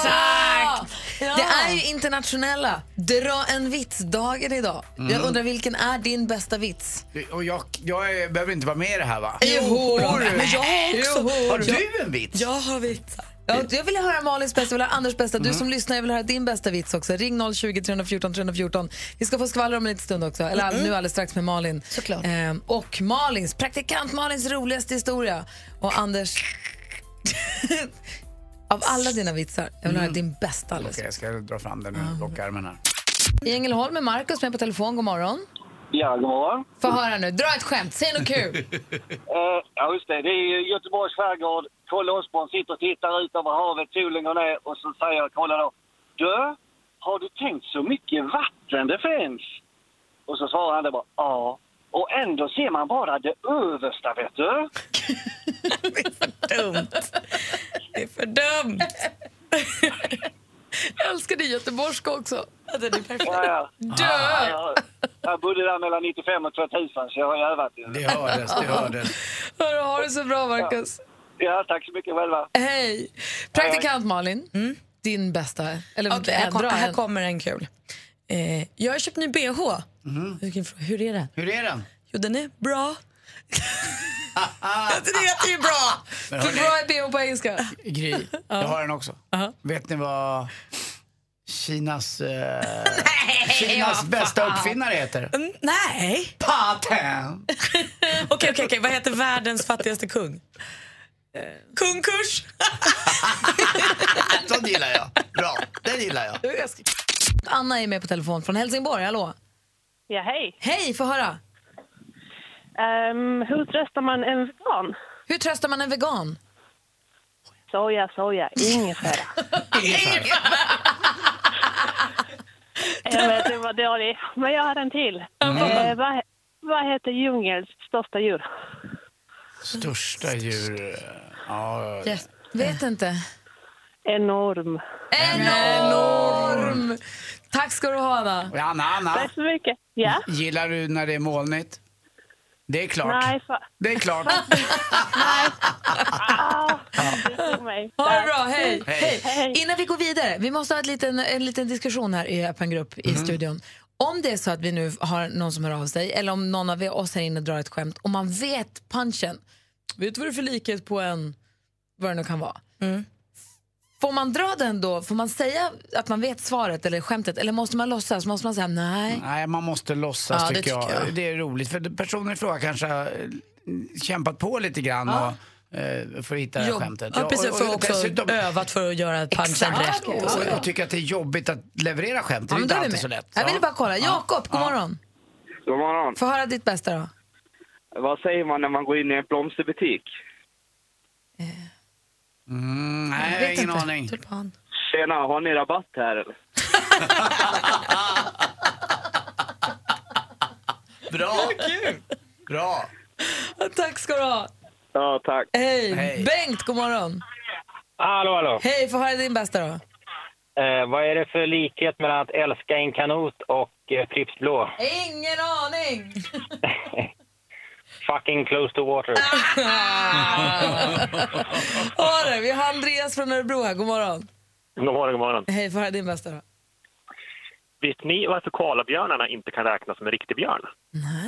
Ja! Det är ju internationella dra en vits-dagen idag. Mm. Jag undrar vilken är din bästa vits? Och jag, jag är- behöver inte vara med i det här va? Jo, Har du? men jag har också- Har du Jag- en vits? Jag har vitsar. Ja, jag vill höra Malins bästa, jag vill höra Anders bästa. Du Mm. som lyssnar, jag vill höra din bästa vits också. Ring 020 314 314. Vi ska få skvaller om en liten stund också, eller all- Mm. nu alldeles strax med Malin. Såklart. Ehm, och Malins, praktikant Malins roligaste historia. Och Anders, av alla dina vitsar, jag vill höra Mm. din bästa alldeles Okej, jag ska dra fram den nu, lockarmen här. I Ängelholm är Markus med på telefon. God morgon. Ja, god morgon. Få höra nu. Dra ett skämt. Säg något kul. Eh, ja, just det. Det är ju Göteborgs skärgård. Kolle Osborn sitter och tittar ut över havet. Solen går ner och så säger Kolle då. Du, har du tänkt så mycket vatten det finns? Och så svarar han det bara ja. Och ändå ser man bara det översta, vet du. Dumt. Det är för dumt. jag älskar det göteborgska också. Ja, den är perfekt. Ja, ja. Dö! Ja, jag- jag bodde där mellan 95 och 2000, så jag har ju övat. Det hördes, det hördes. Hörru, ha det så bra, Markus. Ja, tack så mycket själva. Hej! Praktikant Malin, din bästa. Eller Okej, här, kom, här kommer en kul. Eh, jag har köpt ny bh. Vilken fråga. Hur är den? Hur är den? Jo, den är bra. det är ju bra! Men Hur hörni- bra är BH på engelska? Gry, jag har den också. Vet ni vad Kinas, eh, Kinas vad bästa fan. uppfinnare heter? Mm, Nej! Patent! Okej, okej, okej. Vad heter världens fattigaste kung? Eh, Kung Kurs! Den gillar jag. Bra, den gillar jag. Anna är med på telefon från Helsingborg. Hallå! Ja, hej. Hej, få höra. Ehm, hur tröstar man en vegan? Hur tröstar man en vegan? Soja, soja, ingefära. jag vet, det var dålig. Men jag har en till. Eh, vad, vad heter djungelns största djur? Största djur... eh, Ja, Vet inte. Enorm. Enorm! Tack ska du ha, Anna. Och Anna, Anna. Tack så mycket. Ja? Gillar du när det är molnigt? Det är klart. Nej, fa- Det är klart. Ha det bra, hej. Hej. hej! Innan vi går vidare, vi måste ha ett liten, en liten diskussion här i öppen grupp i studion. Om det är så att vi nu har någon som hör av sig eller om någon av oss här inne drar ett skämt och man vet punchen, vet du vad det är för likhet på en, vad det nu kan vara. Får man dra den då? Får man säga att man vet svaret eller skämtet eller måste man låtsas? Måste man säga nej? Nej, man måste låtsas Ja, det tycker, jag. tycker jag. Det är roligt för personen i fråga kanske har eh, kämpat på lite grann Ja. och eh, får hitta det här Jobb- skämtet. Ja, precis, för också dessutom- övat för att göra punchen Exakt. rätt. och så. Och, och Alltså, tycker att det är jobbigt att leverera skämt. Det Ja, är men då inte är vi alltid så med. lätt. Jag ville Ja. bara kolla. Jakob, god morgon. God morgon. Få höra ditt bästa då. Vad säger man när man går in i en blomsterbutik? Mm, nej, jag har ingen aning. Tulpan. Tjena, har ni rabatt här eller? Bra! Bra! Tack ska du ha. Ja, tack. Hej. Bengt, god morgon. Hallå, hallå. Hej, få höra din bästa då. Eh, vad är det för likhet mellan att älska en kanot och eh, Pripps blå? Ingen aning! Fucking close to water. Hörru, vi har Andreas från Örebro här. God morgon. God morgon, god morgon. Hej, får höra din bästa då. Vet ni varför koalabjörnarna inte kan räknas som en riktig björn?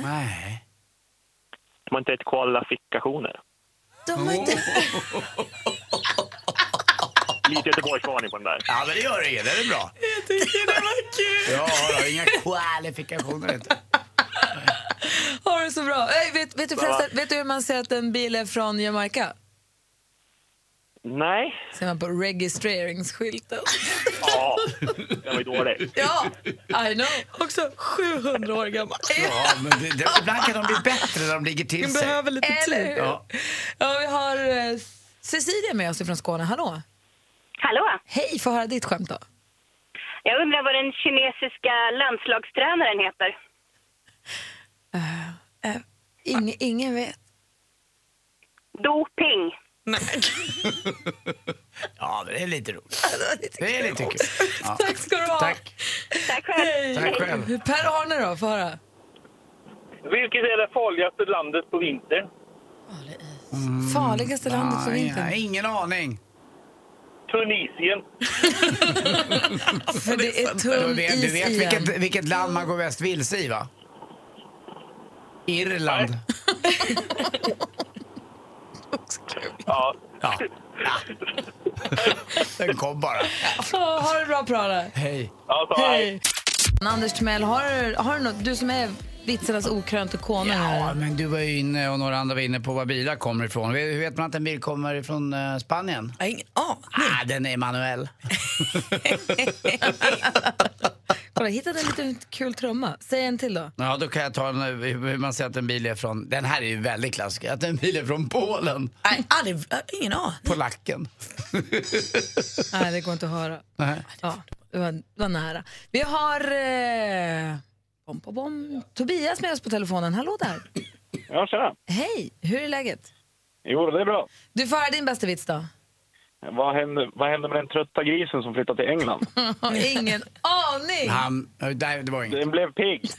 Nej. De har inte ett koalafikationer. De har inte... Lite Göteborgsvarning på den där. Ja, men det gör inget. Det är bra. Jag tycker det var kul. Ja, då, inga kvalifikationer inte. Ha det så bra. Öj, vet, vet, du Bra. förresten, vet du hur man säger att en bil är från Jamaica? Nej. Ser man på registreringsskylten. Ja, det var ju dåligt. Ja, I know. Också 700 år gammal. Ja, men det, det, ibland kan de bli bättre när de ligger till Den sig. behöver lite tid. Eller hur? Ja. Ja, vi har eh, Cecilia med oss från Skåne. Hallå! Hallå! Hej, få höra ditt skämt då. Jag undrar vad den kinesiska landslagstränaren heter. Ing, ingen vet. Doping. Ja, men det är lite roligt. Det är lite kul. Ja. Tack ska du ha. Tack. Tack själv. Tack själv. Per-Arne då, få höra. Vilket är det farligaste landet på vintern? Farligaste landet för nej, vintern? nej, ingen aning. Tunisien. För det är Du tunn vet, du is vet igen. vilket, vilket land man går mest vilse i, va? Irland. ja. ja. Den kom bara. Ja, ha det bra, Per-Arne. Hej. Hej! Anders Timell, har, du- har du något? Du som är vitsarnas okrönte konung Ja, här. men du var ju inne och några andra var inne på var bilar kommer ifrån. Hur vet man att en bil kommer ifrån eh, Spanien? Ingen aning. Ah, den är manuell. Kolla, jag hittade en liten kul trumma. Säg en till då. Ja, då kan jag ta en, eh, hur man säger att en bil är från... Den här är ju väldigt klassisk. Att en bil är från Polen. Nej, aldrig, ingen aning. Polacken. Nej, det går inte att höra. Nej. Ja, det var, det var nära. Vi har eh, bom, bom, bom. Tobias med oss på telefonen. Hallå där! Ja, tjena. Hej, hur är läget? Jo, det är bra. Du får höra din bästa vits då. Vad händer, vad händer med den trötta grisen som flyttat till England? Ingen aning! Han, eh, nej, det var inget. Den blev pigg.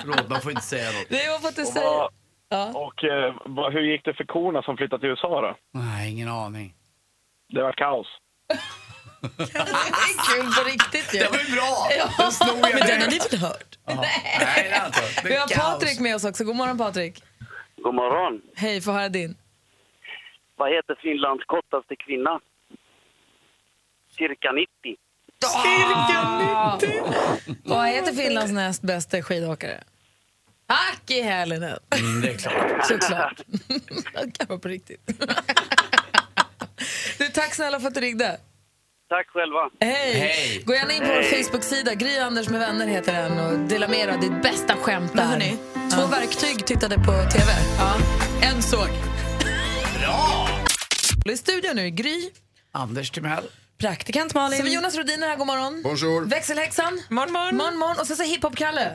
Förlåt, man får inte säga något. Det var för att du Och säger... vad- Och eh, vad, hur gick det för korna som flyttat till USA då? Nej, ingen aning. Det var kaos. Det är kul på riktigt ju. Det var ju bra! Ja. Den snor jag Men den har direkt. ni väl hört? Nej, det är inte. Det är Vi har kaos. Patrik med oss också. God morgon Patrik. God morgon. Hej, få höra din. Vad heter Finlands kortaste kvinna? Cirka 90. Cirka 90! Vad heter Finlands näst bästa skidåkare? Aki Hällinen. Mm, det är klart. Såklart. Det kan vara på riktigt. Du, tack snälla för att du ringde. Tack själva. Hej! Gå gärna in på vår Facebook-sida, Gry Anders med vänner heter den och dela med er av ditt bästa skämt där. Hörrni, två verktyg tittade på TV. Ja. En såg. Bra! I studion nu, Gry. Anders Timell. Praktikant Malin. Så vi Jonas Rodiner här, god morgon. Bonjour. Växelhäxan. Morgon, morgon. morgon, Och så, så hiphop-Kalle.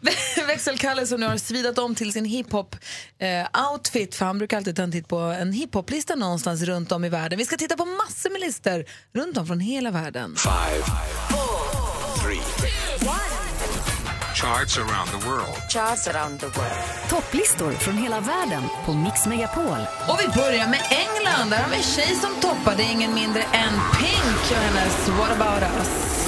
Vä- Växelkalle som nu har svidat om till sin hiphop-outfit. för han brukar alltid ta en titt på en hiphop-lista någonstans runt om i världen. Vi ska titta på massor med listor runt om från hela världen. Five, four, three. Charts around the world. Topplistor från hela världen på Mix Megapol. Och vi börjar med England. Där har vi en tjej som toppade ingen mindre än Pink och hennes What about us.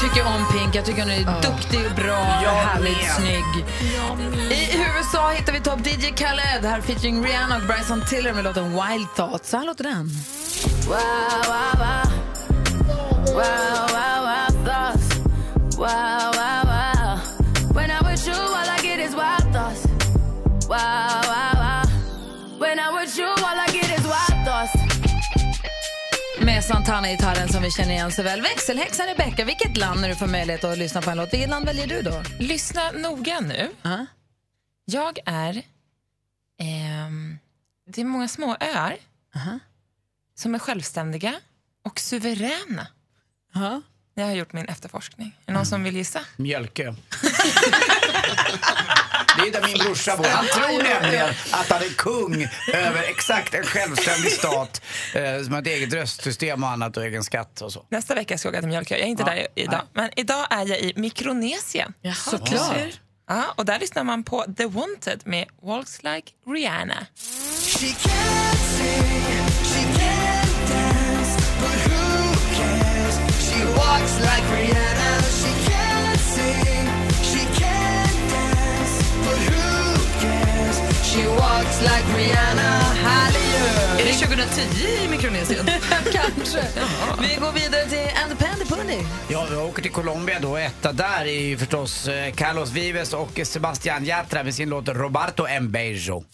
Tycker om Pink. Jag tycker hon är duktig och bra, Jag härligt med. snygg. I USA hittar vi Top DJ Khaled här featuring Rihanna och Bryson Tiller med låten Wild Thoughts. Så här låter den. Wow, wow, wow. Wow, wow, wow, thoughts. Wow, wow, wow. When I'm with you, all I get is wild thoughts. Wow, wow, wow. When I'm with you, all I get is wild thoughts. Med Santana-gitarren som vi känner igen så väl. Växelhäxan Rebecca, vilket land när du får möjlighet att lyssna på en låt, vilket land väljer du då? Lyssna noga nu. Jag är... ehm, det är många små öar som är självständiga och suveräna. Jag har gjort min efterforskning. Är det någon Mm. som vill gissa? Mjölkö. Det är där min brorsa bor. Han tror nämligen att han är kung över exakt en självständig stat eh, som har ett eget röstsystem och annat och egen skatt och så. Nästa vecka ska jag åka till Mjölkö. Jag är inte Ja, där i- idag. Men idag är jag i Mikronesien. Såklart. Du ser. Ja, och där lyssnar man på The Wanted med Walks Like Rihanna. Är det 2010 i Mikronesien? Kanske. Vi går vidare till And Pandy Pundy. Ja, vi åker till Colombia då. Etta där är ju förstås eh, Carlos Vives och Sebastian Yatra med sin låt Roberto en Bejo.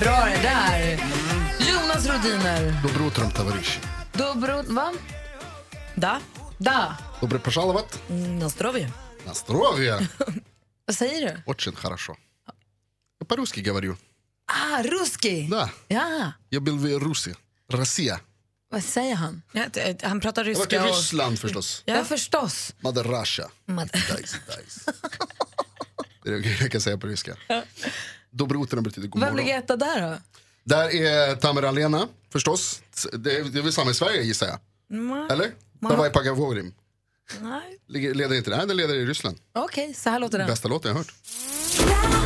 Bra det där. Jonas Rodiner. Доброе утром, товарищи. Dobro... Va? Da. Da. Добро пожаловать На здоровье. на здоровье. Vad säger du? Очень хорошо. Я по-русски говорю. Ah, ruski. Да. Ja. Я был в Руси. Россия. Vad säger han? eh, Han pratar Jag var ryska i och... Ryssland förstås. Ja, förstås. Mother Russia. Dice, dice. Det är det jag kan säga på ryska. Доброе утро betyder god Vem morgon. ligger etta där då? Där är Tamer Alena förstås. Det är, det är väl samma i Sverige gissar jag. Eller? Davai Pagavorim. Nej. Ligger- Leder inte Nej, den leder i Ryssland. Okej, så här låter den. Bästa låten jag har hört.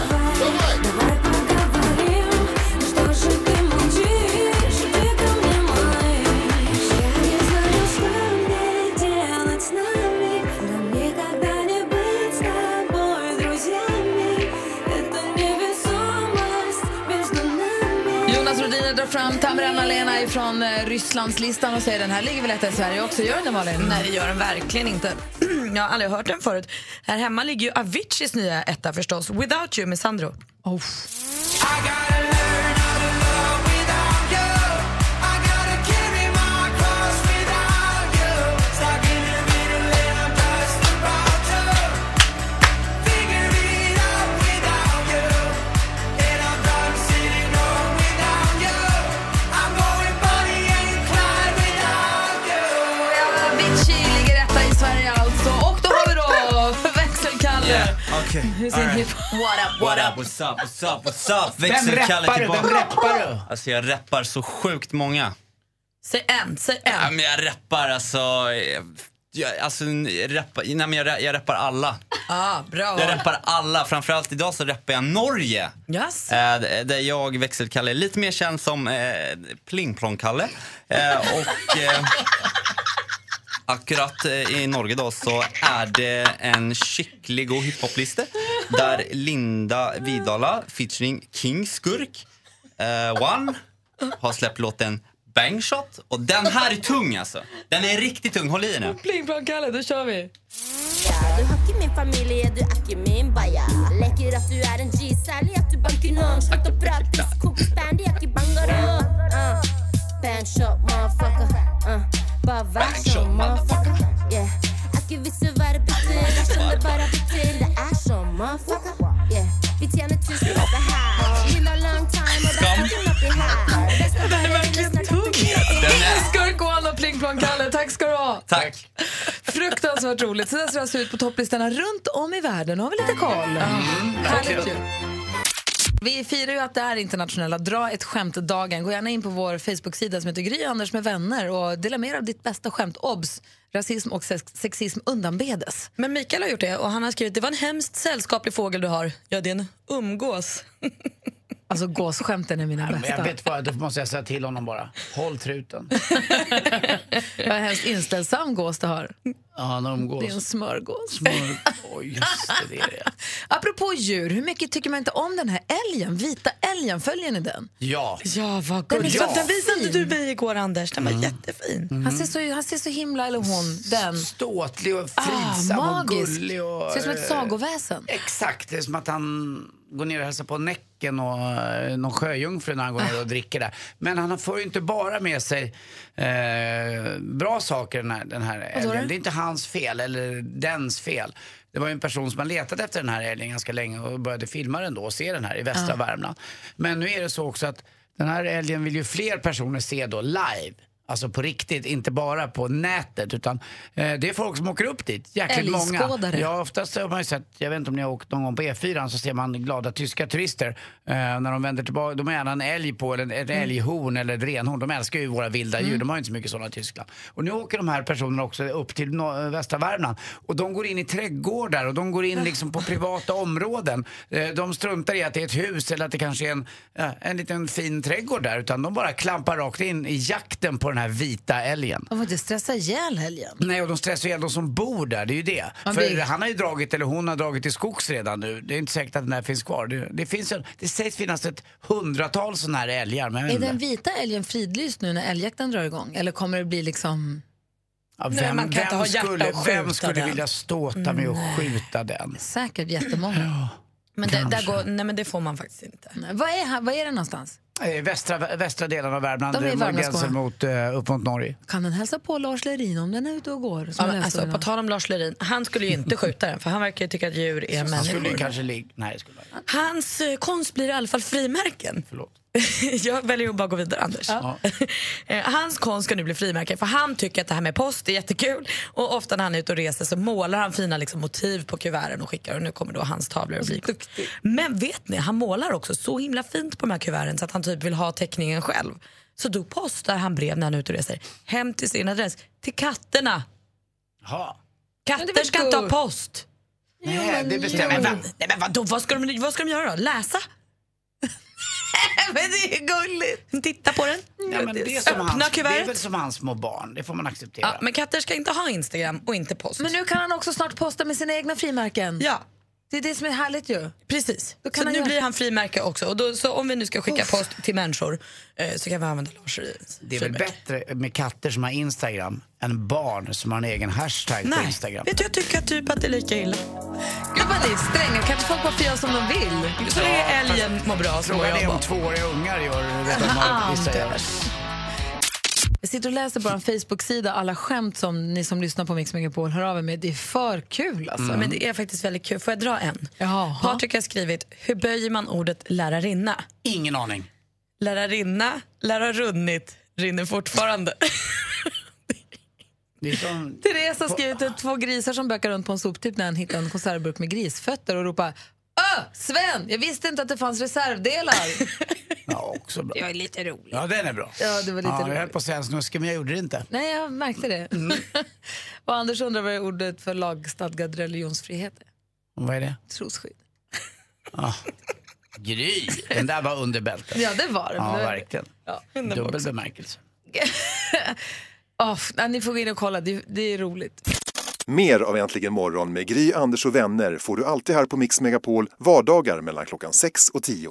Jonas Rodiner drar fram Tamara Malena ifrån eh, Rysslandslistan och säger den här ligger väl etta i Sverige också? Gör den det Malin? Nej, det gör den verkligen inte. Jag har aldrig hört den förut. Här hemma ligger ju Aviciis nya etta förstås, Without You med Sandro. Oh. Avicii ligger etta i Sverige alltså. Och då har vi då Växelkalle. Okay. Med sin all right. hip- What up, What up, what's up, what's up, what's up? Vem Växelkalle rappar du? tillbaka. Vem rappar du? Alltså jag rappar så sjukt många. Säg en, säg en. Ja, men jag rappar alltså eh, jag, alltså, jag rappar, nej, men jag, ra- jag rappar alla. Ah, bra. Jag rappar alla, framförallt idag så rappar jag Norge. Yes. Eh, d- där jag, Växelkalle, är lite mer känd som eh, Plingplong-Kalle. Eh, och eh, akkurat eh, i Norge då så är det en skicklig och hiphop-lista där Linda Vidala featuring King Skurk, eh, One, har släppt låten Bangshot. Och den här är tung alltså. Den är riktigt tung, håll i er nu. Pling plong Kalle, då kör vi. Du har ikke min familie, du er ikke min baya. Leker at du er en G, særlig at du banker noen. Slutt å prate, disse kompis bandy er ikke bangaro. Uh, Bandshot, motherfucker. Uh, bare vær sånn, motherfucker. Yeah. Er ikke vits å være bitter, det er sånn det bare bitter. Det er sånn, motherfucker. Yeah. Vi tjener tusen på det her. Lilla long time, og det er fucking oppi her. Det er verkligen Skurk One och Pling plong Kalle, tack ska du ha. Tack. Fruktansvärt roligt. Så där ser det alltså ut på topplistorna runt om i världen. Nu har vi lite koll. Härligt ju. Vi firar ju att det är internationella dra ett skämt-dagen. Gå gärna in på vår Facebook-sida som heter Gry Anders med vänner och dela med er av ditt bästa skämt. Obs! Rasism och sex- sexism undanbedes. Men Mikael har gjort det och han har skrivit det var en hemskt sällskaplig fågel du har. Ja, det är en umgås. Alltså gåsskämten är mina Men jag bästa. vet vad, då måste jag säga till honom bara. Håll truten. Vad hemskt inställsam gås du har. Ja, han umgås. Det är en smörgås. Oj, just det, det är det. Apropå djur, hur mycket tycker man inte om den här älgen? Vita älgen, följer ni den? Ja. Ja, vad Den är gulligt. så Den visade inte du fin. mig igår, Anders. Den var Mm. jättefin. Han, ser så, han ser så himla, eller hon, den. Ståtlig och fridsam och gullig och, Ah, Ser ut som ett eh, sagoväsen. Exakt, det är som att han går ner och hälsar på Näcken och eh, någon sjöjungfru när han går ner och dricker där. Men han får ju inte bara med sig eh, bra saker den här, den här Vad sa du? älgen. Det är inte hans fel eller dens fel. Det var ju en person som har letat efter den här älgen ganska länge och började filma den då och se den här i västra Ja. Värmland. Men nu är det så också att den här älgen vill ju fler personer se då live. Alltså på riktigt, inte bara på nätet utan eh, det är folk som åker upp dit. Jäkligt många. Älgskådare. Ja, oftast har man ju sett, jag vet inte om ni har åkt någon gång på E4 så ser man glada tyska turister eh, när de vänder tillbaka. De har gärna en älg på, eller en- ett älghorn eller ett renhorn. De älskar ju våra vilda djur, de har ju inte så mycket sådana i Tyskland. Och nu åker de här personerna också upp till no- västra Värmland och de går in i trädgårdar och de går in liksom på privata områden. Eh, de struntar i att det är ett hus eller att det kanske är en, ja, en liten fin trädgård där utan de bara klampar rakt in i jakten på den här vita älgen. De får inte stressa ihjäl helgen. Nej, och de stressar ihjäl de som bor där, det är ju det. Ja, För det- han har ju dragit, eller hon har dragit till skogs redan nu. Det är inte säkert att den här finns kvar. Det, det, finns en, det sägs finnas ett hundratal sådana här älgar. Men jag vet Är inte. den vita älgen fridlyst nu när älgjakten drar igång? Eller kommer det bli liksom... Ja, Nej, man kan inte ha hjärta skulle, att skjuta Vem skulle den. Mm. vilja ståta med att skjuta den? Säkert jättemånga. Men det, där går, nej, men det får man faktiskt inte. Nej, Vad är, han- vad är det någonstans? Eh, Västra, västra delen av Värmland, De är i eh, Värmland, gränsen Skåne. mot, eh, upp mot Norge. Kan den hälsa på Lars Lerin om den är ute och går? Ja, som men jag alltså, läste på tal om Lars Lerin, han skulle ju inte skjuta den för han verkar ju tycka att djur är Han skulle ju människor. kanske ligga... Nej, det skulle han inte. Hans eh, konst blir i alla fall frimärken. Jag väljer att bara gå vidare, Anders. Eh, Hans konst ska nu bli frimärken för han tycker att det här med post är jättekul. Och ofta när han är ute och reser så målar han fina liksom, motiv på kuverten och skickar. Och nu kommer då hans tavlor att bli. Men vet ni, han målar också så himla fint på de här kuverten så att han typ vill ha teckningen själv. Så då postar han brev när han är ute och reser. Hem till sin adress. Till katterna. Jaha. Katter ska inte ha post. Nej, det bestämmer men, vi. va, nej, men vadå, vad ska, de, vad ska de göra då? Läsa? men det är gulligt. Titta på den. Mm. Ja, men det, är som Öppna hans, det är kuvertet. väl som hans små barn, det får man acceptera. Ja, men katter ska inte ha Instagram och inte post. Men nu kan han också snart posta med sina egna frimärken. Ja. Det är det som är härligt ju. Precis. Då kan Så han nu göra- blir han frimärke också. Och då, så om vi nu ska skicka post till människor eh, så kan vi använda Lars Rydins Det är väl frimärke. bättre med katter som har Instagram än barn som har en egen hashtag på Nej, Instagram. vet du, jag tycker typ att det är lika illa. Gud vad ni är stränga. Kanske folk bara får göra som de vill. Så länge älgen mår bra så mår Frågan jag är om bra. tvååriga ungar gör vet om vad vissa gör. Jag sitter och läser på vår Facebook-sida alla skämt som ni som lyssnar på Mix Megapol hör av er med. Det är för kul alltså. Mm. Men det är faktiskt väldigt kul. Får jag dra en? Patrik har skrivit, hur böjer man ordet lärarinna? Ingen aning. Lärarinna, lär ha runnit, rinner fortfarande. Det är som... Therese har skrivit att två grisar som bökar runt på en soptipp när han hittar en konservburk med grisfötter och ropar Sven, jag visste inte att det fanns reservdelar. Ja, också bra. Jag är lite rolig. Ja, den är bra. Ja, Mm. det var lite Jag roligt. höll på att säga en snuske, men jag gjorde det inte. Nej, jag märkte det. och Anders undrar vad är ordet för lagstadgad religionsfrihet är. Vad är det? Trosskydd. Ah. Gry! Den där var under bältet. Ja, det var det. Ja, Men- verkligen. Ja. Dubbel bemärkelse. Åh, f- nej, ni får gå in och kolla, det, det är roligt. Mer av Äntligen morgon med Gry, Anders och vänner får du alltid här på Mix Megapol vardagar mellan klockan 6 och 10.